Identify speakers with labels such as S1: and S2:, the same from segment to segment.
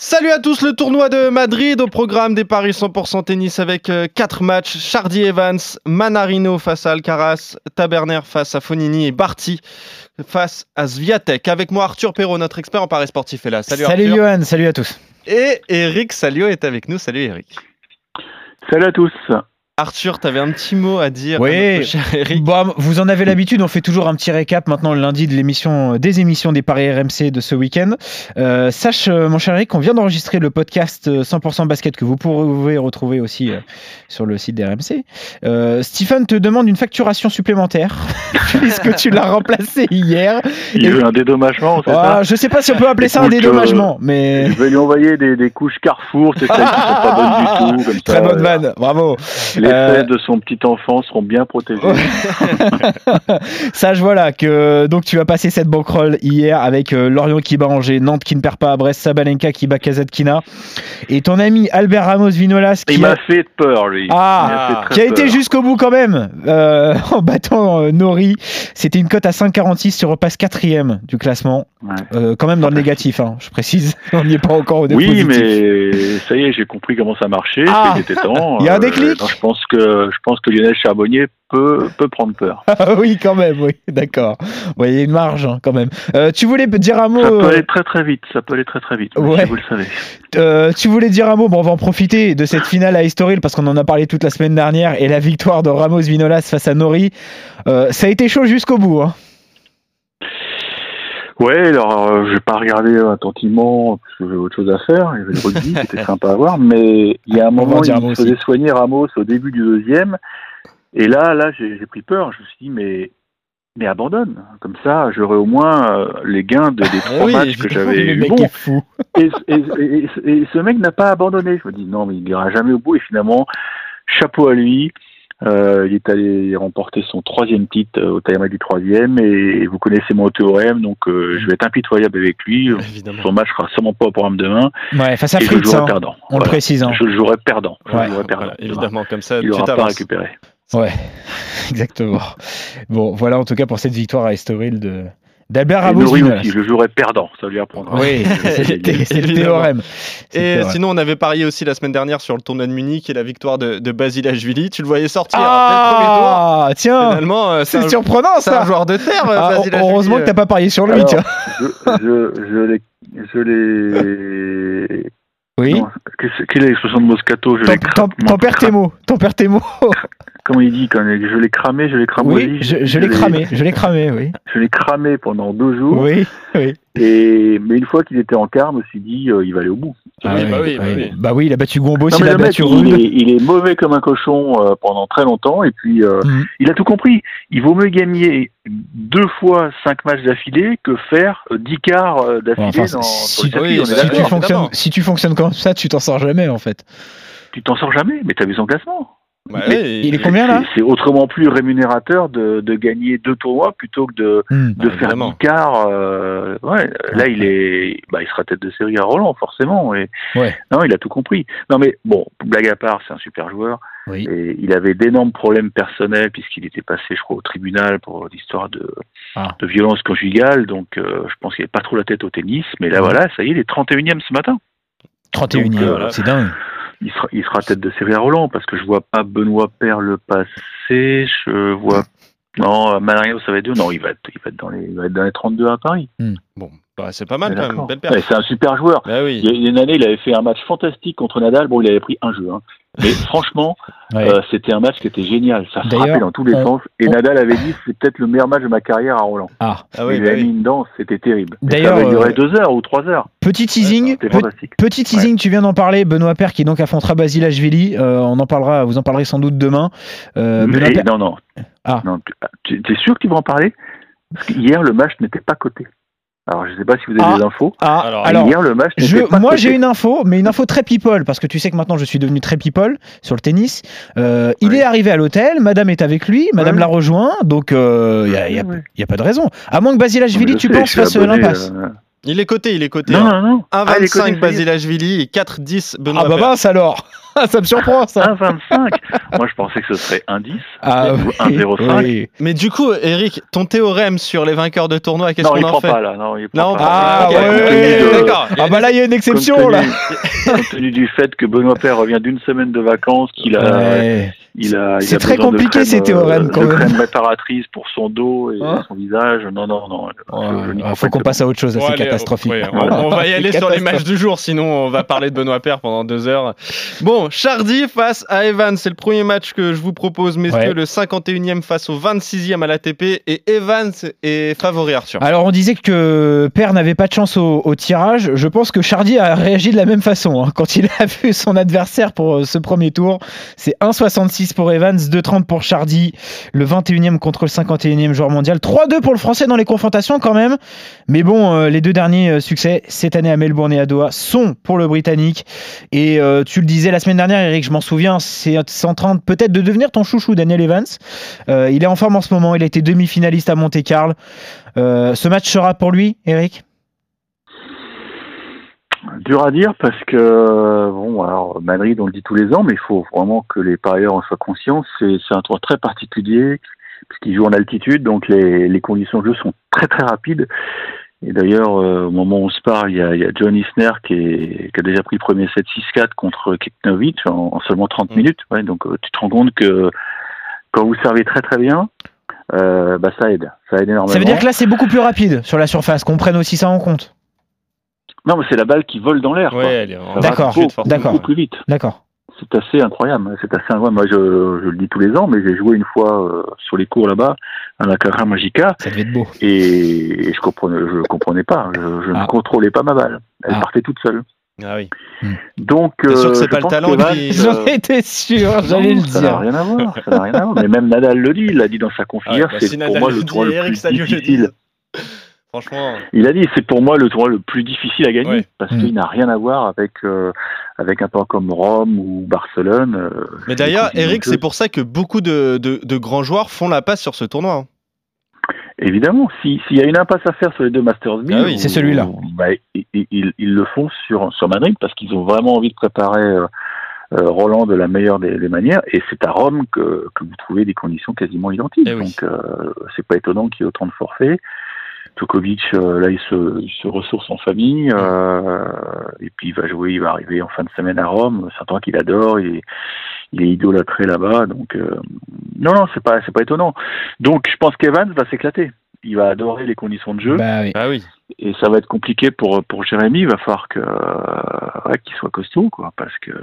S1: Salut à tous, le tournoi de Madrid au programme des paris 100% tennis avec 4 matchs. Chardy Evans, Manarino face à Alcaraz, Taberner face à Fonini et Barty face à Zviatek. Avec moi Arthur Perrault, notre expert en paris sportif est là. Salut,
S2: salut
S1: Arthur.
S2: Johan, salut à tous.
S1: Et Eric Salio est avec nous. Salut Eric.
S3: Salut à tous.
S1: Arthur, t'avais un petit mot à dire.
S2: Oui.
S1: à cher Eric.
S2: Bon, vous en avez l'habitude, on fait toujours un petit récap maintenant le lundi de l'émission euh, des émissions des paris RMC de ce week-end. Euh, sache, euh, mon cher Eric, qu'on vient d'enregistrer le podcast euh, 100% basket que vous pourrez retrouver aussi euh, sur le site des RMC. Euh, Stephen te demande une facturation supplémentaire puisque tu l'as remplacé hier.
S3: Il y a eu un dédommagement, c'est ça
S2: Ah, je sais pas si on peut appeler ça un
S3: Écoute, euh,
S2: dédommagement, mais
S3: Je vais lui envoyer des, des couches Carrefour, c'est celles qui sont pas bonnes du tout. Comme
S2: Ah, très
S3: ça,
S2: bonne
S3: euh,
S2: vanne, bravo.
S3: Les
S2: Euh,
S3: fesses de son petit enfant seront bien protégées.
S2: Sage, voilà que donc tu as passé cette banquerolle hier avec euh, Lorient qui bat Angers, Nantes qui ne perd pas à Brest, Sabalenka qui bat Kazatkina et ton ami Albert Ramos Vinolas
S3: Il
S2: qui a,
S3: m'a fait peur, lui. Il
S2: ah,
S3: m'a fait très
S2: qui a
S3: peur.
S2: été jusqu'au bout quand même euh, en battant euh, Nori. C'était une cote à 5,46, tu repasses quatrième du classement,
S3: Ouais.
S2: Euh, quand même dans le négatif, hein, je précise. On n'y est pas encore au
S3: Oui,
S2: positif.
S3: mais ça y est, j'ai compris comment ça marchait.
S2: Ah.
S3: Il était temps.
S2: Il y a un
S3: Euh,
S2: déclic.
S3: non, je pense que je pense que Lionel Charbonnier peut peut prendre peur.
S2: Ah oui, quand même, oui, d'accord. Bon, Il y a une marge hein, quand même. Euh, tu voulais dire un mot
S3: Ça peut
S2: euh,
S3: aller très très vite. Ça peut aller très très vite.
S2: Ouais.
S3: si vous le savez.
S2: Euh, tu voulais dire un mot, bon, on va en profiter de cette finale à Estoril parce qu'on en a parlé toute la semaine dernière et la victoire de Ramos Vinolas face à Nori, euh, ça a été chaud jusqu'au bout. hein.
S3: Ouais, alors euh, je vais pas regarder euh, attentivement parce que j'ai autre chose à faire. Il y avait le rugby, c'était sympa à voir, mais il y a un
S2: On va en
S3: moment
S2: dire un mot
S3: il se faisait soigner Ramos au début du deuxième, et là, là, j'ai j'ai pris peur. Je me suis dit, mais mais abandonne. Comme ça, j'aurai au moins euh, les gains de, des trois
S2: Ah Oui,
S3: matchs que
S2: évidemment,
S3: j'avais
S2: le
S3: eu.
S2: mec
S3: Bon,
S2: est fou.
S3: et, et- et- et ce mec n'a pas abandonné. Je me dis non, mais il n'ira jamais au bout. Et finalement, chapeau à lui. Euh, il est allé remporter son troisième titre euh, au Taïwan du troisième. Et vous connaissez mon théorème, donc euh, je vais être impitoyable avec lui.
S1: Évidemment.
S3: Son match sera sûrement pas au programme demain.
S2: Ouais, face à
S3: et je le
S2: Fritz,
S3: jouerai
S2: hein,
S3: perdant.
S2: on le
S3: Voilà.
S2: précise, hein.
S3: Je le jouerai perdant. Je le
S2: Ouais.
S3: jouerai perdant.
S1: Voilà, évidemment, comme ça,
S3: Il
S1: tu
S3: n'aura pas
S1: t'avances.
S3: récupéré.
S2: exactement. Bon, voilà en tout cas pour cette victoire à Estoril de d'Albert
S3: Et
S2: Ramos
S3: Nouri
S2: Vinolas.
S3: aussi, je le jouerai perdant. Ça lui apprendra.
S2: Oui, c'était- c'est le
S1: Évidemment.
S2: théorème. C'est
S1: Et euh,
S2: le théorème.
S1: sinon, on avait parié aussi la semaine dernière sur le tournoi de Munich et la victoire de, de Basilashvili. Tu le voyais sortir dès le premier tour.
S2: Ah, tiens,
S1: Finalement, euh, c'est
S2: c'est
S1: un,
S2: surprenant
S1: c'est un
S2: ça.
S1: joueur euh, de terre,
S2: Ah,
S1: Basilashvili.
S2: heureusement que t'as pas parié sur
S1: euh.
S2: lui,
S3: Alors,
S2: tiens.
S3: Je, je, je l'ai. Je l'ai.
S2: Oui.
S3: Non, qu'est-ce- Quelle est l'expression de Moscato Je
S2: T'en-
S3: l'ai cra-
S2: t'en- T'en perds tes mots, t'en perds tes mots.
S3: Comment il dit quand il- Je l'ai cramé, je l'ai Ah, cramé.
S2: Oui, je, je l'ai cramé, je l'ai cramé, oui.
S3: Je l'ai cramé pendant deux jours.
S2: Oui.
S3: Et, mais une fois qu'il était en quart, je me suis dit, euh, il va aller au bout.
S1: Ah oui, bah oui, bah oui.
S2: Bah oui, il a battu Gombo,
S3: Non,
S2: il
S3: mais
S2: a
S3: le mec,
S2: battu
S3: il,
S2: Rude.
S3: est, il est mauvais comme un cochon euh, pendant très longtemps. Et puis, euh,
S2: Mhm.
S3: il a tout compris. Il vaut mieux gagner deux fois cinq matchs d'affilée que faire euh, dix quarts euh,
S2: Bon,
S3: d'affilée
S2: enfin,
S3: dans sur
S2: si,
S3: le circuit,
S1: oui,
S3: on est
S1: si
S2: si, tu
S3: d'accord.
S1: fais-
S2: fonctionnes,
S1: évidemment.
S2: si tu fonctionnes comme ça, tu t'en sors jamais en fait.
S3: Tu t'en sors jamais, mais t'as vu son classement.
S1: Bah
S3: Mais
S1: oui,
S2: Il est combien là
S3: C'est- C'est autrement plus rémunérateur de, de gagner deux tournois plutôt que de,
S2: Hmm.
S3: de
S1: Ah,
S3: faire
S1: évidemment.
S3: dix quarts. euh, ouais, là, il est, bah, il sera tête de série à Roland, forcément. Et,
S2: Ouais.
S3: Non, il a tout compris. Non, mais bon, blague à part, c'est un super joueur.
S2: Oui.
S3: Et il avait d'énormes problèmes personnels puisqu'il était passé, je crois, au tribunal pour l'histoire de,
S2: Ah.
S3: de violence conjugale. Donc, euh, je pense qu'il n'avait pas trop la tête au tennis. Mais là, voilà, ça y est, il est 31e ce matin.
S2: 31
S3: Donc,
S1: euh,
S2: hein. c'est dingue.
S3: Il sera, il sera tête de série à Roland parce que je vois pas Benoît Père le passer. Je vois. Non, Malario, ça va être deux. Non, il va être, il va être, dans, les, il va être dans les 32 à Paris.
S1: Bon, bah, c'est pas mal quand même,
S3: D'accord.
S1: belle
S3: Ouais,
S1: perte.
S3: C'est un super joueur.
S1: Bah oui.
S3: Il y a- il y a une année, il avait fait un match fantastique contre Nadal. Bon, il avait pris un jeu. hein. Mais franchement,
S2: Ouais.
S3: euh, c'était un match qui était génial. Ça
S2: D'ailleurs,
S3: frappait dans tous les
S2: on-
S3: sens. Et
S2: on-
S3: Nadal avait dit c'est peut-être le meilleur match de ma carrière à Roland.
S2: Ah.
S1: Ah oui,
S3: il
S1: bah
S3: avait mis
S1: oui.
S3: une danse, c'était terrible. Et
S2: D'ailleurs,
S3: ça avait duré
S2: euh,
S3: deux heures ou trois heures.
S2: Petit teasing,
S3: C'était
S2: pe-
S3: fantastique.
S2: Petit teasing, tu viens d'en parler, Benoît Père qui donc affrontera Basilashvili. Euh, on en parlera, vous en parlerez sans doute demain. Euh,
S3: Mais-
S2: Benoît Paire-
S3: non, non.
S2: Ah.
S3: non tu- tu, t'es sûr que tu vas en parler Parce que hier, le match n'était pas coté. Alors, je ne sais pas si vous avez
S2: Ah.
S3: des infos.
S2: Ah,
S1: Alors,
S2: alors
S3: hier, le match
S2: Je-
S3: n'était pas
S2: moi,
S3: coté.
S2: j'ai une info, mais une info très people, parce que tu sais que maintenant je suis devenu très people sur le tennis. Euh, Il
S3: Oui.
S2: est arrivé à l'hôtel, madame est avec lui, madame
S3: Ouais.
S2: l'a rejoint, donc il n'y a, y a-
S3: Ouais.
S2: y a pas de raison. À moins que
S3: Non, mais
S2: Basilashvili,
S3: je
S2: tu
S3: sais,
S2: penses,
S3: je suis
S2: fasse
S3: abonné,
S2: l'impasse.
S3: euh,
S1: Il est coté, il est coté.
S3: Non,
S1: hein.
S3: non, non. Ah, il est coté,
S1: 1,25
S3: ça y est.
S1: Basilashvili et 4,10 Benoît
S2: Ah bah
S1: Paire.
S2: mince alors ça me surprend ça.
S3: 1,25 Moi, je pensais que ce serait 1,10
S2: Ah,
S3: ou 1,05.
S2: oui.
S1: Mais du coup, Eric, ton théorème sur les vainqueurs de tournoi, qu'est-ce
S3: Non, il
S1: qu'on en
S3: prend
S1: fait
S3: pas, là. Non, il prend
S1: Non,
S3: pas.
S2: Ah,
S1: ok,
S3: Compte
S2: ouais,
S3: tenu de-
S1: d'accord. Il y a
S2: Ah bah là il y a une
S3: compte
S2: exception là.
S3: tenu- compte tenu du fait que Benoît Père revient d'une semaine de vacances, qu'il a,
S2: Ouais.
S3: il a, il
S2: C'est
S3: a
S2: très
S3: besoin de
S2: compliqué,
S3: crème,
S2: ces théorèmes,
S3: euh,
S2: quand
S3: de
S2: même.
S3: crème réparatrice pour son dos et
S2: Hein
S3: son visage. Non, non, non. je- je n'y
S2: Ouais, Ah,
S3: crois
S2: faut
S3: pas
S2: qu'on
S3: du
S2: passe à autre chose, là,
S1: Bon,
S2: c'est
S1: allez,
S2: catastrophique.
S1: ouais, on, on va y aller
S2: C'est
S1: sur les
S2: catastrophique.
S1: matchs du jour, sinon on va parler de Benoît Paire pendant deux heures. Bon, Chardy face à Evans, c'est le premier match que je vous propose, messieurs,
S2: Ouais.
S1: le 51e face au 26e à l'ATP, et Evans est favori Arthur.
S2: Alors on disait que Père n'avait pas de chance au, au tirage. Je pense que Chardy a réagi de la même façon hein. quand il a vu son adversaire pour euh, ce premier tour. C'est 1,66 pour Evans, 2,30 pour Chardy, le 21e contre le 51e joueur mondial. 3-2 pour le Français dans les confrontations quand même. Mais bon, euh, les deux derniers euh, succès cette année à Melbourne et à Doha sont pour le Britannique. Et euh, tu le disais la semaine dernière, Eric, je m'en souviens, c'est c'est en train de- peut-être de devenir ton chouchou, Daniel Evans. Euh, il est en forme en ce moment, il a été demi-finaliste à Monte-Carlo. Euh, ce match sera pour lui, Eric
S3: tout. Dur à dire parce que, bon, alors, Madrid, on le dit tous les ans, mais il faut vraiment que les parieurs en soient conscients. C'est c'est un tour très particulier parce qu'ils jouent en altitude, donc les, les conditions de jeu sont très, très rapides. Et d'ailleurs, euh, au moment où on se parle, il y a, il y a John Isner qui, est- qui a déjà pris le premier set 6-4 contre Keknovic en, en seulement 30
S1: Mm.
S3: minutes. Ouais, donc euh, tu te rends compte que quand vous servez très très bien, euh, bah, ça aide. Ça aide énormément.
S2: Ça veut dire que là, c'est beaucoup plus rapide sur la surface, qu'on prenne aussi ça en compte.
S3: Non, mais c'est la balle qui vole dans l'air. quoi.
S1: Ouais, elle est en-
S3: Ça va
S2: D'accord,
S1: tout de suite,
S3: beaucoup,
S1: forcément.
S2: d'accord.
S3: beaucoup plus vite.
S2: D'accord.
S3: C'est assez incroyable. hein. C'est assez incroyable. Moi, je, je le dis tous les ans, mais j'ai joué une fois euh, sur les cours là-bas à la Cara Magica
S2: Ça devait être beau.
S3: et, et je comprenais, je comprenais pas. hein. Je, je
S2: Ah.
S3: ne contrôlais pas ma balle. Elle
S2: Ah.
S3: partait toute seule.
S1: Ah oui.
S3: Donc,
S1: T'es sûr que
S3: euh,
S1: c'est
S3: je
S1: pas le
S3: pense
S1: talent
S3: qu'Evans,
S1: qui-
S3: euh,
S2: J'en étais sûr, j'allais
S3: non,
S2: le
S3: Ça n'a
S2: dire.
S3: rien à voir. Ça n'a rien à voir. Mais même Nadal le dit. Il l'a dit dans sa
S1: Ah,
S3: confiance.
S1: bah, si
S3: c'est pour
S1: Nadal
S3: moi
S1: le
S3: le
S1: dit,
S3: tournoi le
S1: Eric
S3: plus
S1: Salio le dit.
S3: difficile.
S1: Franchement,
S3: Il a dit, c'est pour moi le tournoi le plus difficile à gagner
S1: Ouais.
S3: parce
S2: Mm.
S3: qu'il n'a rien à voir avec euh, avec un tournoi comme Rome ou Barcelone. euh,
S1: mais d'ailleurs,
S3: continue
S1: Eric,
S3: le jeu.
S1: c'est pour ça que beaucoup de, de- de grands joueurs font la passe sur ce tournoi. hein.
S3: Évidemment, si- s'il y a une impasse à faire sur les deux Masters 1000,
S1: Ah oui,
S2: c'est celui-là.
S3: bah, i- i- ils, ils le font sur, sur Madrid parce qu'ils ont vraiment envie de préparer euh, euh, Roland de la meilleure des, des manières. Et c'est à Rome que, que vous trouvez des conditions quasiment identiques.
S1: Eh oui.
S3: Donc, euh, c'est pas étonnant qu'il y ait autant de forfaits. Djokovic, euh, là, il se, il se ressource en famille. euh, et puis, il va jouer, il va arriver en fin de semaine à Rome. C'est un temps qu'il adore. Il est, il est idolâtré là-bas. Donc, euh, non, non, c'est pas, c'est pas étonnant. Donc, je pense qu'Evans va s'éclater. Il va adorer les conditions de jeu
S2: Bah oui.
S1: Ah oui.
S3: et ça va être compliqué pour pour Jérémy. Il va falloir que euh, ouais, qu'il soit costaud, quoi, parce que euh,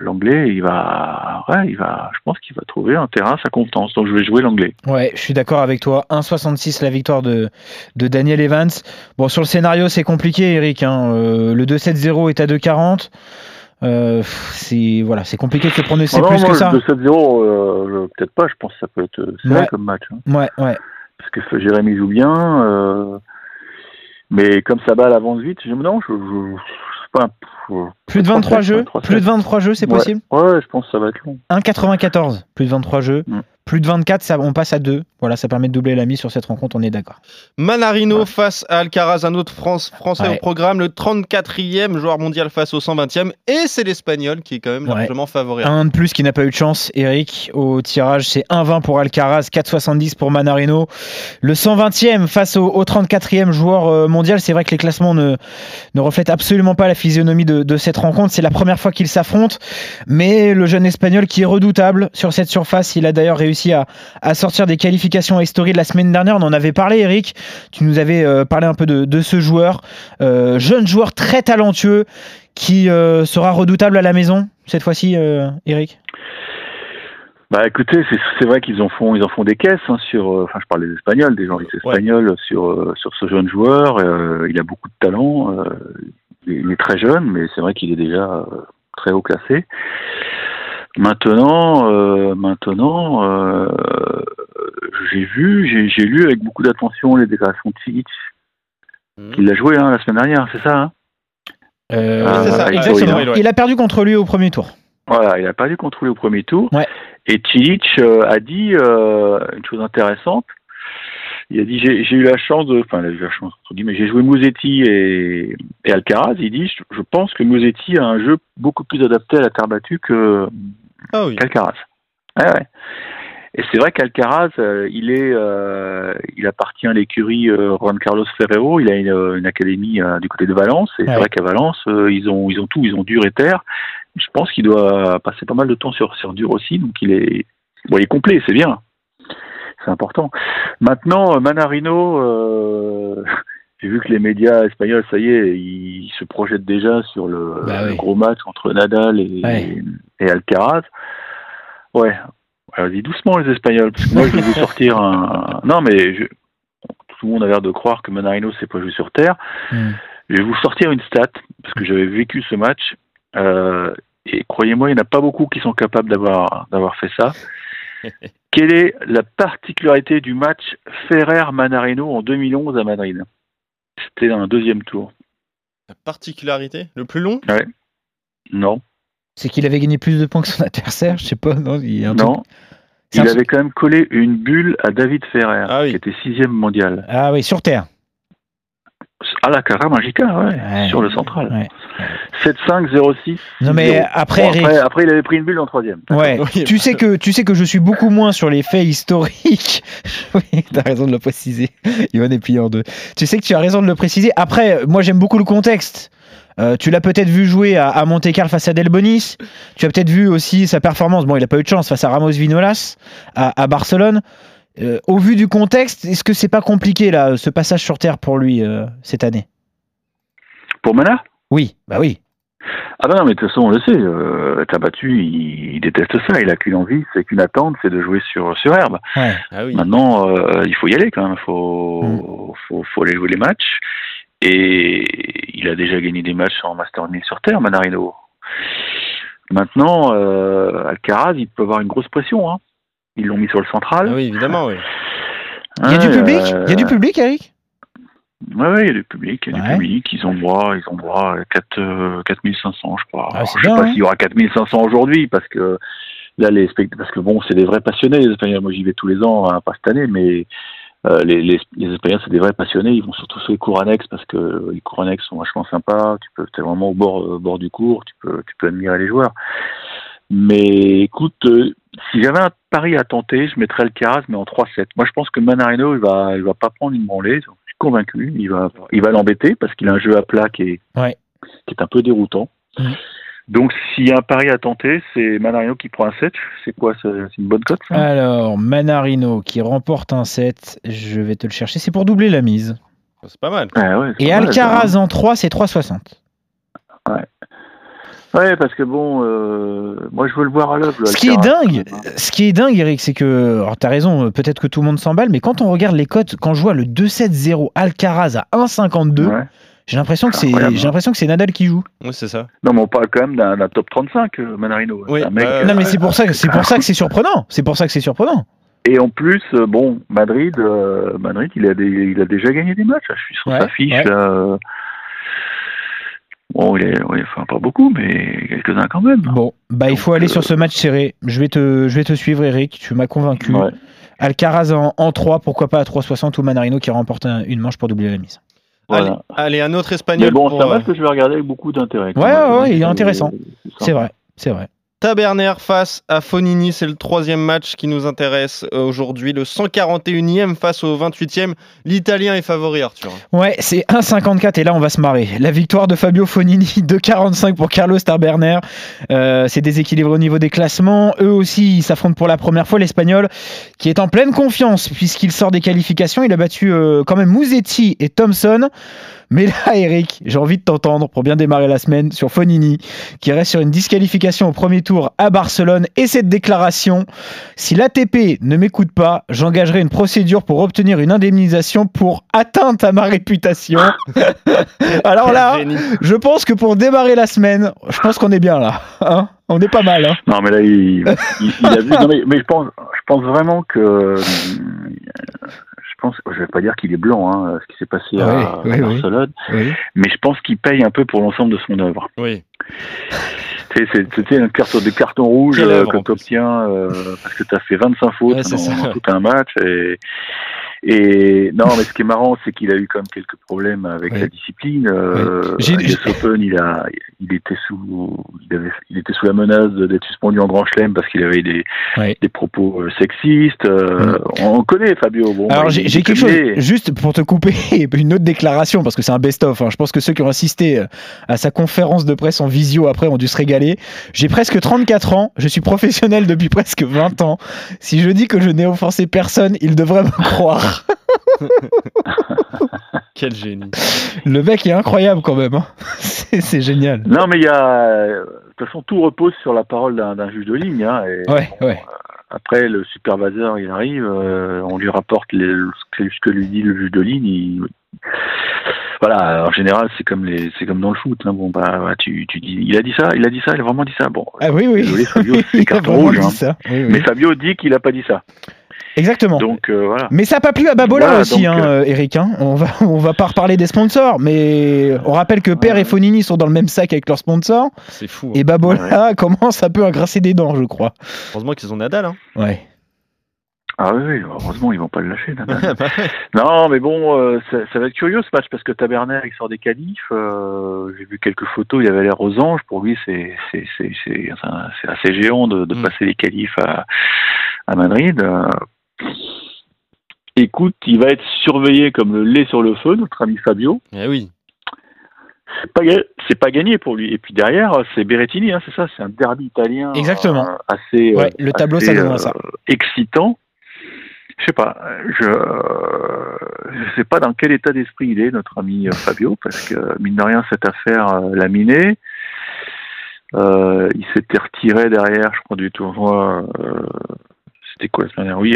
S3: l'anglais, il va, ouais, il va, je pense qu'il va trouver un terrain à sa confiance. Donc, je vais jouer l'anglais.
S2: Ouais, je suis d'accord avec toi. 1,66 la victoire de, de Daniel Evans. Bon, sur le scénario, c'est compliqué, Eric. hein. Euh, le 2-7-0 est à 2,40. Euh, pff, c'est voilà, c'est compliqué de se prononcer
S3: Ah non,
S2: plus
S3: moi,
S2: que ça.
S3: le 2-7-0, euh, je- peut-être pas. Je pense que ça peut être euh, serré
S2: Ouais.
S3: comme match, hein,
S2: Ouais, ouais.
S3: parce que Jérémy joue bien. euh, mais comme sa balle avance vite, je me non, je, je, je sais pas.
S2: Plus de 23
S3: 3-7,
S2: jeux,
S3: 3-7.
S2: plus de 23 jeux, c'est
S3: Ouais.
S2: possible.
S3: Ouais, je pense que ça va être long.
S2: 1,94, plus de 23 jeux,
S3: Mm.
S2: plus de 24, ça, on passe à 2. Voilà, ça permet de doubler la mise sur cette rencontre, on est d'accord.
S1: Manarino
S3: Ouais.
S1: face à Alcaraz, un autre France, Français
S2: Ouais.
S1: au programme, le 34e joueur mondial face au 120e, et c'est l'Espagnol qui est quand même
S2: Ouais.
S1: largement favori.
S2: Un de plus qui n'a pas eu de chance, Eric, au tirage, c'est 1,20 pour Alcaraz, 4,70 pour Manarino. Le 120e face au, au 34e joueur euh, mondial, c'est vrai que les classements ne, ne reflètent absolument pas la physionomie de, de cette rencontre. C'est la première fois qu'ils s'affrontent, mais le jeune Espagnol qui est redoutable sur cette surface, il a d'ailleurs réussi à, à sortir des qualifications à Estoril la semaine dernière. On en avait parlé, Eric. Tu nous avais euh, parlé un peu de, de ce joueur, Euh, jeune joueur très talentueux qui euh, sera redoutable à la maison cette fois-ci, euh, Eric.
S3: Bah écoutez, c'est c'est vrai qu'ils en font ils en font des caisses hein, sur euh, enfin je parle des espagnols, des gens
S1: Ouais.
S3: espagnols sur euh, sur ce jeune joueur, Euh, il a beaucoup de talent, euh, il est très jeune mais c'est vrai qu'il est déjà euh, très haut classé. Maintenant euh, maintenant euh, j'ai vu, j'ai- j'ai lu avec beaucoup d'attention les déclarations de Tsigic.
S1: Mhm.
S3: Il l'a joué hein, la semaine dernière, c'est ça hein
S1: Oui, c'est
S3: Euh,
S1: ça,
S3: Estoril,
S1: exactement.
S3: hein.
S1: Ouais.
S2: Il a perdu contre lui au premier tour.
S3: Voilà, il a perdu contre lui au premier tour.
S2: Ouais.
S3: Et Cilic a dit euh, une chose euh, intéressante. Il a dit j'ai j'ai eu la chance de, enfin, j'ai eu la chance entre guillemets, j'ai joué Mouzetti et, et Alcaraz. Il dit je, je pense que Mouzetti a un jeu beaucoup plus adapté à la terre battue que
S1: Ah oui.
S3: qu'Alcaraz. Ah Ouais, ouais. Et c'est vrai qu'Alcaraz, euh, il est, euh, il appartient à l'écurie euh, Juan Carlos Ferrero. Il a une, euh, une académie euh, du côté de Valence. Et
S2: Ouais.
S3: c'est vrai qu'à Valence, euh, ils ont, ils ont tout, ils ont dur et terre. Je pense qu'il doit passer pas mal de temps sur sur dur aussi. Donc il est, bon, il est complet, c'est bien. C'est important. Maintenant, euh, Manarino, euh, j'ai vu que les médias espagnols, ça y est, ils se projettent déjà sur le,
S2: Bah
S3: le
S2: oui.
S3: gros match entre Nadal et,
S2: Ouais.
S3: et Alcaraz. Ouais. Alors, dis doucement les Espagnols, parce que moi je vais vous sortir un. Non, mais je- tout le monde a l'air de croire que Manarino s'est pas joué sur terre.
S2: Hmm.
S3: Je vais vous sortir une stat, parce que j'avais vécu ce match. euh, et croyez-moi, il n'y en a pas beaucoup qui sont capables d'avoir d'avoir fait ça. Quelle est la particularité du match Ferrer-Manarino en 2011 à Madrid C'était un deuxième tour.
S1: La particularité, le plus long
S3: Non,
S2: C'est qu'il avait gagné plus de points que son adversaire, je sais pas. Non, il y a un truc-
S3: non.
S2: c'est
S3: Il
S2: un-
S3: avait quand même collé une bulle à David Ferrer,
S1: Ah oui.
S3: qui était sixième mondial.
S2: Ah oui, sur terre.
S3: À la Cara Magica, ouais,
S2: Ouais.
S3: sur le central.
S2: Ouais.
S3: 7-5-0-6.
S2: Non mais après,
S3: Bon,
S2: Eric,
S3: après, après, il avait pris une bulle en troisième.
S2: Ouais.
S1: Oui,
S2: Tu
S3: bah.
S2: sais que tu sais que je suis beaucoup moins sur les faits historiques. oui, t'as raison de le préciser. Johan est plié en deux. Tu sais que tu as raison de le préciser. Après, moi j'aime beaucoup le contexte. Euh, tu l'as peut-être vu jouer à, à Monte Carlo face à Delbonis. Tu as peut-être vu aussi sa performance. Bon, il a pas eu de chance face à Ramos Vinolas à, à Barcelone. Euh, au vu du contexte, est-ce que c'est pas compliqué là ce passage sur terre pour lui euh, cette année
S3: Pour Mana
S2: Oui, bah oui.
S3: Ah ben non, mais de toute façon, on le sait. Euh, Tabattu, il, il déteste ça. Il a qu'une envie, c'est qu'une attente, c'est de jouer sur, sur herbe.
S2: Ouais.
S1: Ah oui.
S3: Maintenant, euh, il faut y aller quand même. Il faut,
S2: Mm.
S3: faut, faut aller jouer les matchs. Et il a déjà gagné des matchs en Master 1000 sur Terre, Manarino. Maintenant, euh, Alcaraz, il peut avoir une grosse pression. Hein. Ils l'ont mis sur le central.
S1: Ah oui, évidemment, oui.
S2: Ah Il y a du
S3: Ouais,
S2: public.
S3: euh,
S2: Il y a du public, Eric.
S3: Ouais, ouais, il y a du public, il y a
S2: Ouais.
S3: du public, ils ont droit, ils ont droit à 4, euh, 4500, je crois.
S2: Ah,
S3: Alors,
S2: c'est
S3: je sais
S2: bien,
S3: pas
S2: hein.
S3: s'il y aura 4500 aujourd'hui, parce que là, les spect- parce que bon, c'est des vrais passionnés, les Espagnols. Moi, j'y vais tous les ans, hein, pas cette année, mais euh, les, les, les Espagnols, c'est des vrais passionnés. Ils vont surtout sur les cours annexes, parce que les cours annexes sont vachement sympas. Tu peux, t'es vraiment au bord, euh, bord du cours, tu peux, tu peux admirer les joueurs. Mais écoute, euh, si j'avais un pari à tenter, je mettrais Alcaraz, mais en 3-7. Moi, je pense que Manarino, il va, il va pas prendre une branlée. Je suis convaincu. Il va, il va l'embêter parce qu'il a un jeu à plat qui est,
S2: Ouais.
S3: qui est un peu déroutant.
S2: Mhm.
S3: Donc, s'il y a un pari à tenter, c'est Manarino qui prend un 7. C'est quoi C'est c'est une bonne cote ça
S2: Alors, Manarino qui remporte un 7, je vais te le chercher, c'est pour doubler la mise.
S1: Oh, C'est pas mal.
S3: Ah Ouais, ouais, c'est
S2: Et
S3: pas mal,
S2: Alcaraz en 3, c'est 3,60.
S3: ça. hein. Ouais, parce que bon, euh, moi, je veux le voir à l'œuvre. le
S2: Ce qui est
S3: Alcaraz.
S2: dingue, ce qui est dingue, Eric, c'est que, alors t'as raison, peut-être que tout le monde s'emballe, mais quand on regarde les cotes, quand je vois le 2-7-0 Alcaraz à 1,52,
S3: Ouais.
S2: j'ai l'impression que c'est,
S3: Incroyable. hein.
S2: j'ai l'impression que c'est Nadal qui joue.
S1: Oui, c'est ça.
S3: Non, mais on parle quand même d'un d'un top 35, euh, Manarino.
S1: Oui,
S3: C'est un mec,
S1: bah,
S3: euh,
S2: non, mais c'est pour ça, que- c'est pour ça que c'est surprenant. C'est pour ça que c'est surprenant.
S3: Et en plus, euh, bon, Madrid, euh, Madrid, il a, des- il a déjà gagné des matchs. là. Je suis sur
S2: Ouais,
S3: sa fiche.
S2: ouais.
S3: là, euh. Bon, il est, oui, enfin, pas beaucoup, mais quelques-uns quand même.
S2: Bon, bah il faut
S3: Donc,
S2: aller
S3: euh,
S2: sur ce match serré. Je vais te, je vais te suivre, Eric. Tu m'as convaincu.
S3: Ouais.
S2: Alcaraz en, en 3, pourquoi pas à 3,60 ou Manarino qui remporte un- une manche pour doubler la mise.
S3: Voilà.
S1: Allez, un autre
S3: Mais
S1: espagnol
S3: bon,
S1: pour
S3: ça va
S1: euh,
S3: parce que je vais regarder avec beaucoup d'intérêt. quand
S2: Ouais,
S3: même. Euh,
S2: ouais, ouais, il est
S3: C'est-
S2: intéressant. C'est
S3: sympa.
S2: vrai, c'est vrai.
S1: Taberner face à Fonini. C'est le troisième match qui nous intéresse euh, aujourd'hui. Le 141e face au 28e. L'Italien est favori, Arthur.
S2: Ouais, c'est 1,54 et là on va se marrer. La victoire de Fabio Fonini, 2,45 pour Carlos Tarberner. Euh, c'est déséquilibré au niveau des classements. Eux aussi, ils s'affrontent pour la première fois. L'Espagnol qui est en pleine confiance puisqu'il sort des qualifications. Il a battu euh, quand même Musetti et Thompson. Mais là, Eric, j'ai envie de t'entendre pour bien démarrer la semaine sur Fonini qui reste sur une disqualification au premier tour à Barcelone et cette déclaration si l'ATP ne m'écoute pas, j'engagerai une procédure pour obtenir une indemnisation pour atteinte à ma réputation. Alors Oh là,
S1: Quel génie.
S2: je pense que pour démarrer la semaine, je pense qu'on est bien là. hein. on est pas mal. hein.
S3: Non, mais là, il, il- il a vu. Non, mais, mais je pense, je pense vraiment que. euh, Je pense, je vais pas dire qu'il est blanc, hein, ce qui s'est passé à,
S2: Ah Oui, oui,
S3: à
S2: oui.
S3: Barcelone, mais je pense qu'il paye un peu pour l'ensemble de son œuvre.
S1: Oui.
S3: Tu sais, c'est- C'était un carton, des cartons rouges
S1: Quelle
S3: euh,
S1: œuvre, en
S3: que
S1: plus.
S3: tu obtiens parce que tu as fait 25 fautes
S1: Ouais, c'est
S3: dans,
S1: ça.
S3: dans tout un match. Et, Et non, mais ce qui est marrant, c'est qu'il a eu quand même quelques problèmes avec
S2: Oui.
S3: la discipline. Euh,
S2: J'ai-
S3: à US
S2: j'ai-
S3: Open, il a, il était sous, il, avait- il était sous la menace de- d'être suspendu en grand chelem parce qu'il avait des,
S2: Oui.
S3: des propos euh, sexistes. Euh, On connaît Fabio. Bon, bah,
S2: Alors
S3: il-
S2: j'ai
S3: il
S2: j'ai quelque chose,
S3: connaît.
S2: juste pour te couper, une autre déclaration, parce que c'est un best-of. hein. Je pense que ceux qui ont assisté euh, à sa conférence de presse en visio après ont dû se régaler. J'ai presque 34 ans, je suis professionnel depuis presque 20 ans. Si je dis que je n'ai offensé personne, il devrait me croire.
S1: Quel génie.
S2: Le mec est incroyable quand même. hein. C'est c'est génial.
S3: Non, mais il y a. euh, De toute façon, tout repose sur la parole d'un d'un juge de ligne. Hein, et
S2: Ouais, ouais.
S3: Après, le superviseur, il arrive, euh, on lui rapporte les- ce que- ce que lui dit le juge de ligne. il- Voilà, en général, c'est comme les, c'est comme dans le foot. hein, Bon, bah, bah, tu, tu dis, il a dit ça, il a dit ça, il a vraiment dit ça. Bon,
S2: Ah oui, oui.
S3: désolé, Fabio,
S2: Il a
S3: c'est carton
S2: vraiment
S3: rouge.
S2: dit
S3: hein.
S2: ça. Oui, oui.
S3: Mais Fabio dit qu'il a pas dit ça.
S2: Exactement.
S3: Donc euh, voilà.
S2: Mais ça n'a pas plu à Babola
S3: Voilà,
S2: aussi,
S3: donc,
S2: hein, euh, Eric. hein. On va, on va pas reparler des sponsors, mais on rappelle que Père
S3: Ouais.
S2: et Fonini sont dans le même sac avec leurs sponsors.
S1: C'est fou. hein.
S2: Et Babola commence un peu à grincer des dents, je crois.
S1: Heureusement qu'ils ont Nadal. Hein.
S2: Ouais.
S3: Ah oui, oui, heureusement, ils vont pas le lâcher. là. non, mais bon, euh, ça, ça va être curieux ce match parce que Taberner, il sort des qualifs. euh, J'ai vu quelques photos, il avait l'air aux anges. Pour lui, c'est c'est c'est c'est c'est un- c'est assez géant de, de
S1: Mm.
S3: passer les qualifs à à Madrid. Euh, Écoute, il va être surveillé comme le lait sur le feu, notre ami Fabio.
S1: Eh oui.
S3: C'est pas, ga- c'est pas gagné pour lui. Et puis derrière, c'est Berrettini, hein, c'est ça, c'est un derby italien.
S2: Exactement.
S3: euh, assez. euh,
S2: Ouais, le tableau, ça
S3: assez,
S2: donnera
S3: euh,
S2: ça.
S3: excitant. Je sais pas, je euh, je sais pas dans quel état d'esprit il est notre ami euh, Fabio parce que mine de rien cette affaire euh, l'a miné. Euh, il s'était retiré derrière, je crois du tournoi. euh, C'était quoi la semaine dernière Oui,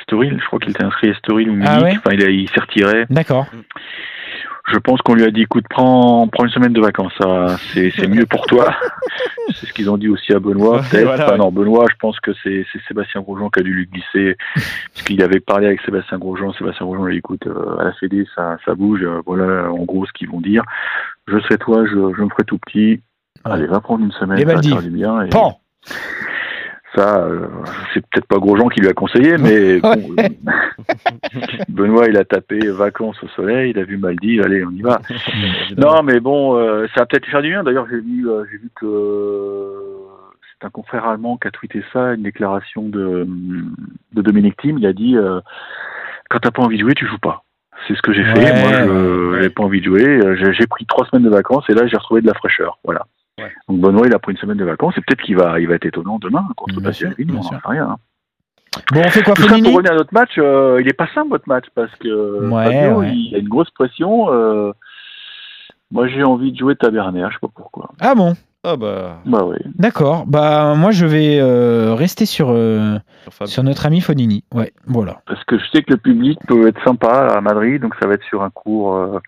S3: Estoril. Je crois qu'il était inscrit à Estoril ou Munich.
S2: Ah ouais
S3: enfin, il, a- il s'est retiré.
S2: D'accord.
S3: Je pense qu'on lui a dit, écoute, prends, prends une semaine de vacances, ça, c'est, c'est mieux pour toi. c'est ce qu'ils ont dit aussi à Benoît.
S1: Ouais,
S3: peut-être.
S1: voilà,
S3: Enfin,
S1: ouais.
S3: non, Benoît, je pense que c'est, c'est Sébastien Grosjean qui a dû lui glisser, parce qu'il avait parlé avec Sébastien Grosjean. Sébastien Grosjean lui a dit, écoute, euh, à la Fédé, ça, ça bouge. euh, voilà, en gros, ce qu'ils vont dire. Je serai toi, je, je me ferai tout petit. Allez, va prendre une semaine,
S2: Les
S3: ça va te faire
S2: Maldives.
S3: du bien. Et
S2: Pan
S3: ça, euh, c'est peut-être pas Grosjean qui lui a conseillé, mais bon, euh, Benoît, il a tapé vacances au soleil, il a vu Maldives, allez, on y va.
S1: Évidemment.
S3: Non, mais bon, euh, ça a peut-être faire du bien. D'ailleurs, j'ai vu, euh, j'ai vu que euh, c'est un confrère allemand qui a tweeté ça, une déclaration de, de Dominic Thiem. Il a dit euh, Quand t'as pas envie de jouer, tu joues pas. C'est ce que j'ai fait.
S2: Ouais.
S3: Moi, je n'avais pas envie de jouer. Euh, J'ai, j'ai pris trois semaines de vacances et là, j'ai retrouvé de la fraîcheur. Voilà.
S1: Ouais.
S3: Donc, Benoît, il a pris une semaine de vacances et peut-être qu'il va, il va être étonnant demain contre
S2: Bien
S3: Bastia
S2: sûr, bien
S3: on n'en
S2: sûr.
S3: sait rien. hein.
S2: Bon, on fait quoi,
S3: Tout ça pour
S2: Fonini
S3: revenir à notre match, euh, il est pas simple votre match parce que
S2: Ouais,
S3: Fabio,
S2: ouais.
S3: il a une grosse pression. euh, moi j'ai envie de jouer Taberner, je sais pas pourquoi.
S2: Ah bon,
S1: Ah bah.
S3: Bah oui.
S2: d'accord. Bah, moi, je vais euh, rester sur, euh,
S1: sur
S3: Ah.
S1: Fab.
S2: sur notre ami Fonini. Ouais, voilà.
S3: Parce que je sais que le public peut être sympa à Madrid, donc ça va être sur un cours. Euh,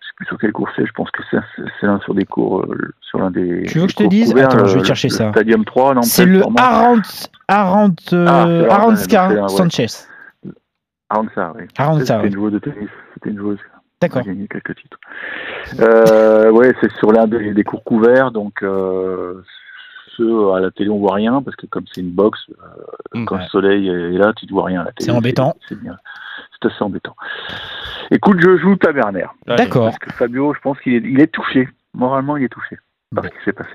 S3: je sais plus sur quel cours c'est. Je pense que c'est c'est l'un sur des cours, euh, sur l'un des.
S2: Tu veux que
S3: des
S2: je te
S3: cours
S2: dise
S3: couverts,
S2: Attends, je vais
S3: le-
S2: chercher
S3: le
S2: ça.
S3: Stadium 3, non
S2: C'est
S3: peut-être,
S2: le
S3: sûrement.
S2: Arant, Arant, euh,
S3: Ah, c'est Arant,
S2: Arantzka
S3: ouais, ouais.
S2: Sanchez.
S3: Aranza, oui.
S2: Arantzka,
S3: C'était
S2: ouais.
S3: une joueuse de tennis. C'était une joueuse.
S2: D'accord.
S3: Il a gagné quelques titres. Euh, ouais, c'est sur l'un des, des cours couverts, donc euh, ceux à la télé on voit rien parce que comme c'est une box, euh,
S1: Mm,
S3: quand
S2: ouais.
S3: le soleil est là, tu ne vois rien à la télé.
S2: C'est embêtant.
S3: C'est c'est bien. C'est assez embêtant. Écoute, je joue Taberner
S1: Allez.
S2: D'accord.
S3: parce que Fabio, je pense qu'il est, il est touché. Moralement, il est touché par
S2: Bah,
S3: ce qui s'est passé.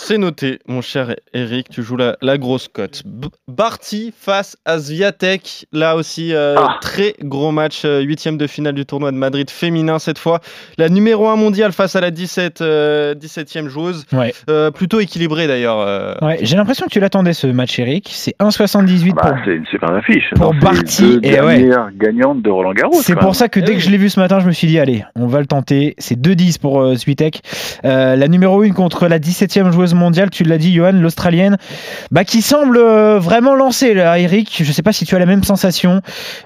S1: C'est noté, mon cher Eric, tu joues la, la grosse cote. B- Barty face à Zviatek, là aussi, euh,
S3: Ah.
S1: très gros match, euh, huitième de finale du tournoi de Madrid féminin cette fois. La numéro 1 mondiale face à la 17, euh, 17e joueuse.
S2: Ouais.
S1: Euh, plutôt équilibré d'ailleurs. euh.
S2: Ouais, j'ai l'impression que tu l'attendais ce match, Eric. C'est 1,78
S3: Bah, c'est une super affiche.
S2: pour
S3: Non,
S2: Barty,
S3: c'est les deux
S2: et ouais.
S3: dernières gagnantes de Roland Garros.
S2: pour. C'est
S3: quand
S2: pour ça que
S1: Eh
S2: dès
S1: oui.
S2: que je l'ai vu ce matin, je me suis dit, allez, on va le tenter. C'est 2-10 pour euh, Switek. Euh, la numéro 1 contre la 17e joueuse mondiale, tu l'as dit, Johan, l'Australienne, bah, qui semble euh, vraiment lancée, là, Eric. Je sais pas si tu as la même sensation.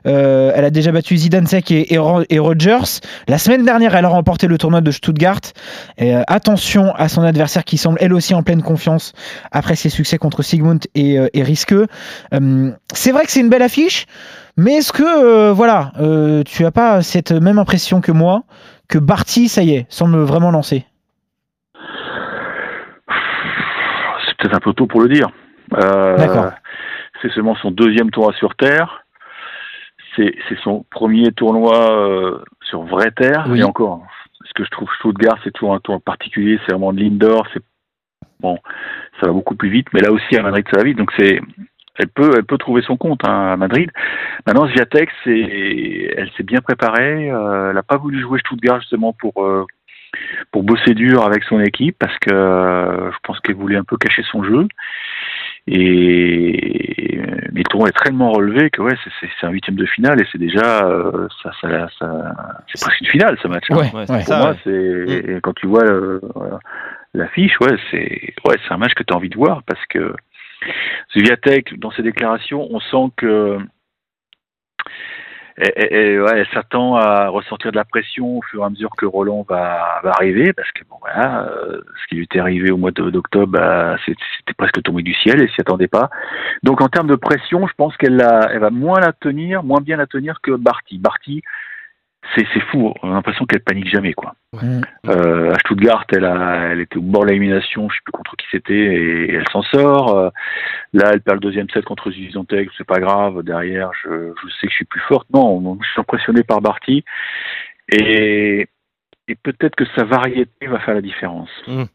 S2: Euh, elle a déjà battu Zidane Sec et, et, Ro- et Rogers. La semaine dernière, elle a remporté le tournoi de Stuttgart. Et, euh, attention à son adversaire qui semble elle aussi en pleine confiance après ses succès contre Sigmund et, euh, et Risqueux. Euh, c'est vrai que c'est une belle affiche, mais est-ce que, euh, voilà, euh, tu as pas cette même impression que moi que Barty, ça y est, semble vraiment lancé
S3: C'est peut-être un peu tôt pour le dire. Euh,
S2: D'accord.
S3: C'est seulement son deuxième tour sur Terre. c'est c'est son premier tournoi euh, sur vraie terre
S2: Oui.
S3: et encore. hein, Ce que je trouve Stuttgart, c'est toujours un tour particulier, c'est vraiment de l'indoor, c'est bon, ça va beaucoup plus vite, mais là aussi à Madrid ça va vite, donc c'est elle peut elle peut trouver son compte hein, à Madrid. Maintenant Sviatek, c'est elle s'est bien préparée, euh, elle a pas voulu jouer Stuttgart justement pour euh, pour bosser dur avec son équipe parce que euh, je pense qu'elle voulait un peu cacher son jeu. Et mais le tournoi est tellement relevé que ouais, c'est- c'est c'est un huitième de finale et c'est déjà euh, ça, ça, ça- c'est presque une finale ce match. hein.
S2: Ouais,
S1: Ouais,
S2: ouais.
S1: c'est
S3: Pour
S1: ça,
S3: moi,
S1: ouais. Mm.
S3: c'est et quand tu vois euh, voilà, l'affiche, ouais, c'est ouais, c'est un match que tu as envie de voir parce que Zviatek, dans ses déclarations, on sent que elle, elle- elle- ouais, elle s'attend à ressentir de la pression au fur et à mesure que Roland va, va arriver, parce que bon voilà, euh, ce qui lui était arrivé au mois de- d'octobre, bah, c'est- c'était presque tombé du ciel et s'y attendait pas. Donc en termes de pression, je pense qu'elle la- elle va moins la tenir, moins bien la tenir que Barty. Barty, c'est c'est fou, on a l'impression qu'elle panique jamais quoi.
S2: Mm.
S3: Euh, à Stuttgart, elle, a, elle était au bord de l'élimination, je sais plus contre qui c'était, et elle s'en sort. Euh, là, elle perd le deuxième set contre Zizantec, c'est pas grave. Derrière, je, je sais que je suis plus forte. Non, donc, je suis impressionné par Barty. Et, et peut-être que sa variété va faire la différence.
S2: Hmm.
S1: Mm.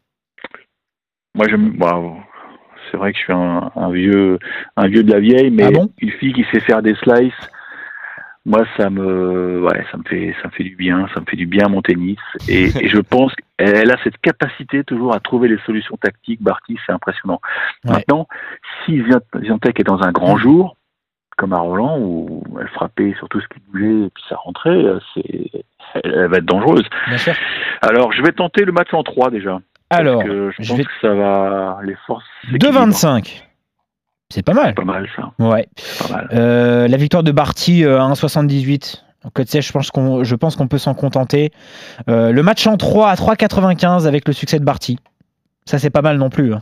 S3: Moi, j'aime. waouh. c'est vrai que je suis un, un vieux, un vieux de la vieille, mais
S2: Ah bon
S3: une fille qui sait faire des slices. Moi, ça me, ouais, ça me fait, ça me fait du bien, ça me fait du bien à mon tennis. Et, et je pense qu'elle a cette capacité toujours à trouver les solutions tactiques. Barty, c'est impressionnant.
S2: Ouais. Hmm.
S3: Maintenant, si Viantec est dans un grand jour, comme à Roland, où elle frappait sur tout ce qui bougeait et puis ça rentrait, euh, c'est, elle, elle va être dangereuse.
S2: Bien sûr.
S3: Alors, je vais tenter le match en 3 déjà. parce
S2: Alors,
S3: que je
S2: je
S3: pense
S2: vais-
S3: que ça va, les forces. s'équilibrent.
S2: 2,25. C'est pas mal.
S3: C'est pas mal ça,
S2: Ouais.
S3: c'est pas mal.
S2: Euh, la victoire de Barty euh, à 1,78. En Code sèche, je pense qu'on je pense qu'on peut s'en contenter. Euh, le match en 3 à 3,95 avec le succès de Barty. Ça, c'est pas mal non plus. hein.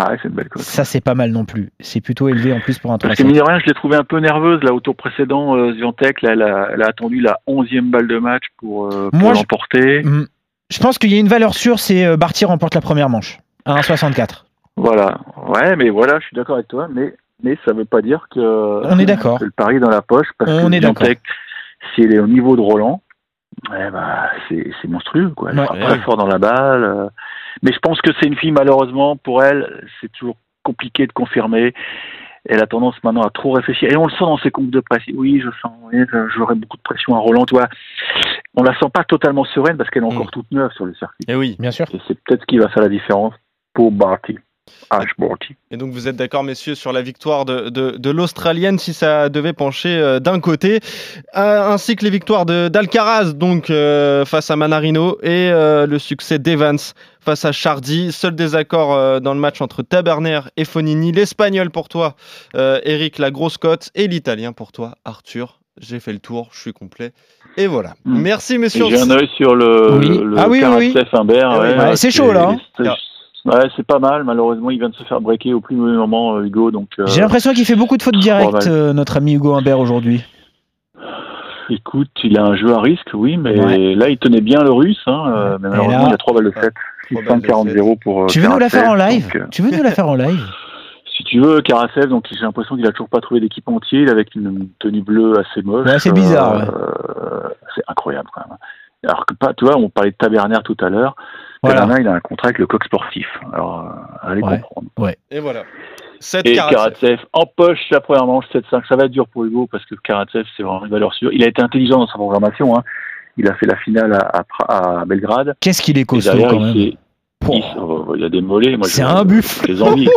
S3: Ah, ouais, c'est une belle cote.
S2: Ça, c'est pas mal non plus. C'est plutôt élevé en plus pour un 3
S3: Parce que, mine de rien, je l'ai trouvée un peu nerveuse, là, au tour précédent, euh, Zviantec, là, elle a, elle a attendu la 11e balle de match pour, euh, pour
S2: Moi, je-
S3: l'emporter.
S2: Mm. Je pense qu'il y a une valeur sûre, c'est euh, Barty remporte la première manche à 1,64.
S3: Voilà. Ouais, mais voilà, je suis d'accord avec toi, mais, mais ça veut pas dire que.
S2: On est d'accord.
S3: que le pari est dans la poche, parce
S2: On
S3: que
S2: est d'accord.
S3: Zviantec, si elle est au niveau de Roland, eh ben, c'est c'est monstrueux, quoi. Elle
S2: Ouais.
S3: frappe très fort dans la balle. euh. Mais je pense que c'est une fille, malheureusement, pour elle, c'est toujours compliqué de confirmer. Elle a tendance maintenant à trop réfléchir. Et on le sent dans ses comptes de presse. Oui, je sens, oui, je- j'aurais beaucoup de pression à Roland, tu vois. On la sent pas totalement sereine parce qu'elle est encore
S1: Mm.
S3: toute neuve sur le circuit.
S1: Et oui.
S2: Bien sûr.
S3: Et c'est peut-être ce qui va faire la différence pour Barty. Ash Barty.
S1: Et donc vous êtes d'accord, messieurs, sur la victoire de, de, de l'Australienne si ça devait pencher euh, d'un côté, euh, ainsi que les victoires de- d'Alcaraz donc euh, face à Manarino et euh, le succès d'Evans face à Chardy. Seul désaccord euh, dans le match entre Taberner et Fonini. L'Espagnol pour toi, euh, Eric, la grosse cote, et l'Italien pour toi, Arthur. J'ai fait le tour, je suis complet. Et voilà.
S3: Mm.
S1: Merci,
S3: Et
S1: messieurs.
S3: J'ai un œil sur le,
S2: Oui.
S3: le
S2: Ah oui, oui,
S3: Karatsev Humbert.
S1: Ah oui,
S2: ouais, c'est chaud, là, hein.
S3: c'est- Ouais, c'est pas mal. Malheureusement, il vient de se faire breaker au plus mauvais moment, euh, Hugo. Donc, euh,
S2: J'ai l'impression qu'il fait beaucoup de fautes
S3: pas
S2: directes,
S3: mal.
S2: euh, notre ami Hugo Humbert aujourd'hui.
S3: écoute, il a un jeu à risque, oui, mais
S2: Ouais.
S3: là, il tenait bien le russe. Hein, euh, mais
S2: Et
S3: malheureusement,
S2: là-
S3: il a 3 balles de 7.
S1: Trois balles de
S3: 640 pour. euh,
S2: Tu veux nous la faire en
S3: Karatsev,
S2: live
S3: donc, euh,
S2: Tu veux nous la faire en live
S3: Si tu veux, Karasev, donc j'ai l'impression qu'il a toujours pas trouvé d'équipe entière, il est avec une tenue bleue assez moche.
S2: Ouais, c'est bizarre, ouais.
S3: euh, c'est incroyable quand même. Alors que pas, tu vois, on parlait de Tabernaire tout à l'heure.
S2: Voilà.
S3: Tabernaire, il a un contrat avec le coq sportif. Alors, euh, allez
S2: Ouais.
S3: comprendre.
S1: Et voilà. 7
S3: Et Karatsev empoche sa première manche 7-5. Ça va être dur pour Hugo parce que Karatsev, c'est vraiment une valeur sûre. Il a été intelligent dans sa programmation. hein. Il a fait la finale à, à Pra- à Belgrade.
S2: Qu'est-ce qu'il est
S3: Et
S2: costaud
S3: derrière,
S2: quand même.
S3: il s'est- il,
S2: Pouah.
S3: s'est- oh, il a des mollets. Moi,
S2: C'est
S3: je-
S2: un buff.
S3: J'ai envie.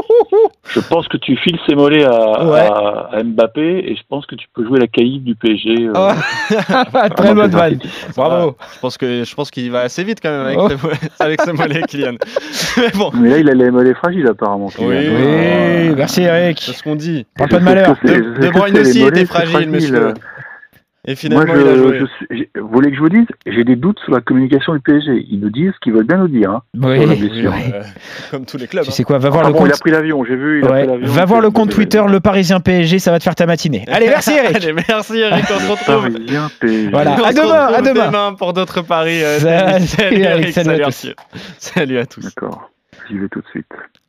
S3: Je pense que tu files ses mollets à,
S2: Ouais.
S3: à- à Mbappé et je pense que tu peux jouer la caïd du PSG. euh,
S2: Ah, Très
S3: vraiment
S2: bonne
S3: très
S2: vanne.
S3: synthétique.
S2: Bravo.
S1: Je pense que je pense qu'il va assez vite quand même avec,
S2: Oh.
S1: ses mollets- avec ses mollets, Kylian. Mais bon,
S3: Mais là, il a les mollets fragiles apparemment.
S1: Oui,
S3: Kylian.
S1: oui,
S2: Oui, merci
S1: c'est
S2: Eric.
S1: ce qu'on dit.
S2: Parle pas de
S3: Je sais
S2: malheur.
S3: que
S1: De-
S3: c'est- je sais
S1: De
S3: que
S1: Bruyne
S3: c'est les
S1: aussi
S3: mollets,
S1: était
S3: c'est
S1: fragile,
S3: fragile,
S1: monsieur.
S3: euh.
S1: Et finalement,
S3: Moi, je,
S1: il a joué.
S3: je suis- j'ai- vous voulez que je vous dise J'ai des doutes sur la communication du PSG. Ils nous disent ce qu'ils veulent bien nous dire. hein.
S2: Oui,
S3: Sur la
S1: Oui,
S3: blessure.
S2: oui.
S1: euh, comme tous les clubs. hein.
S2: Tu sais quoi, va voir
S3: Ah
S2: le
S3: bon, il a
S2: compte.
S3: pris l'avion, j'ai vu. Il a
S2: Ouais,
S3: pris l'avion.
S2: Va voir le compte
S3: C'est-
S2: Twitter, le Parisien PSG, ça va te faire ta matinée.
S1: hein.
S2: Allez, merci Eric.
S1: Allez, merci Eric, on se retrouve.
S3: Parisien, PSG.
S2: Voilà.
S1: On
S2: À
S1: se
S2: demain,
S1: retrouve
S2: à demain.
S1: pour d'autres paris. euh,
S2: Salut,
S1: tennis. Salut
S2: Eric,
S1: Eric,
S2: salut à
S1: salut
S2: tous.
S1: Arthur. Salut à tous.
S3: D'accord. J'y vais tout de suite.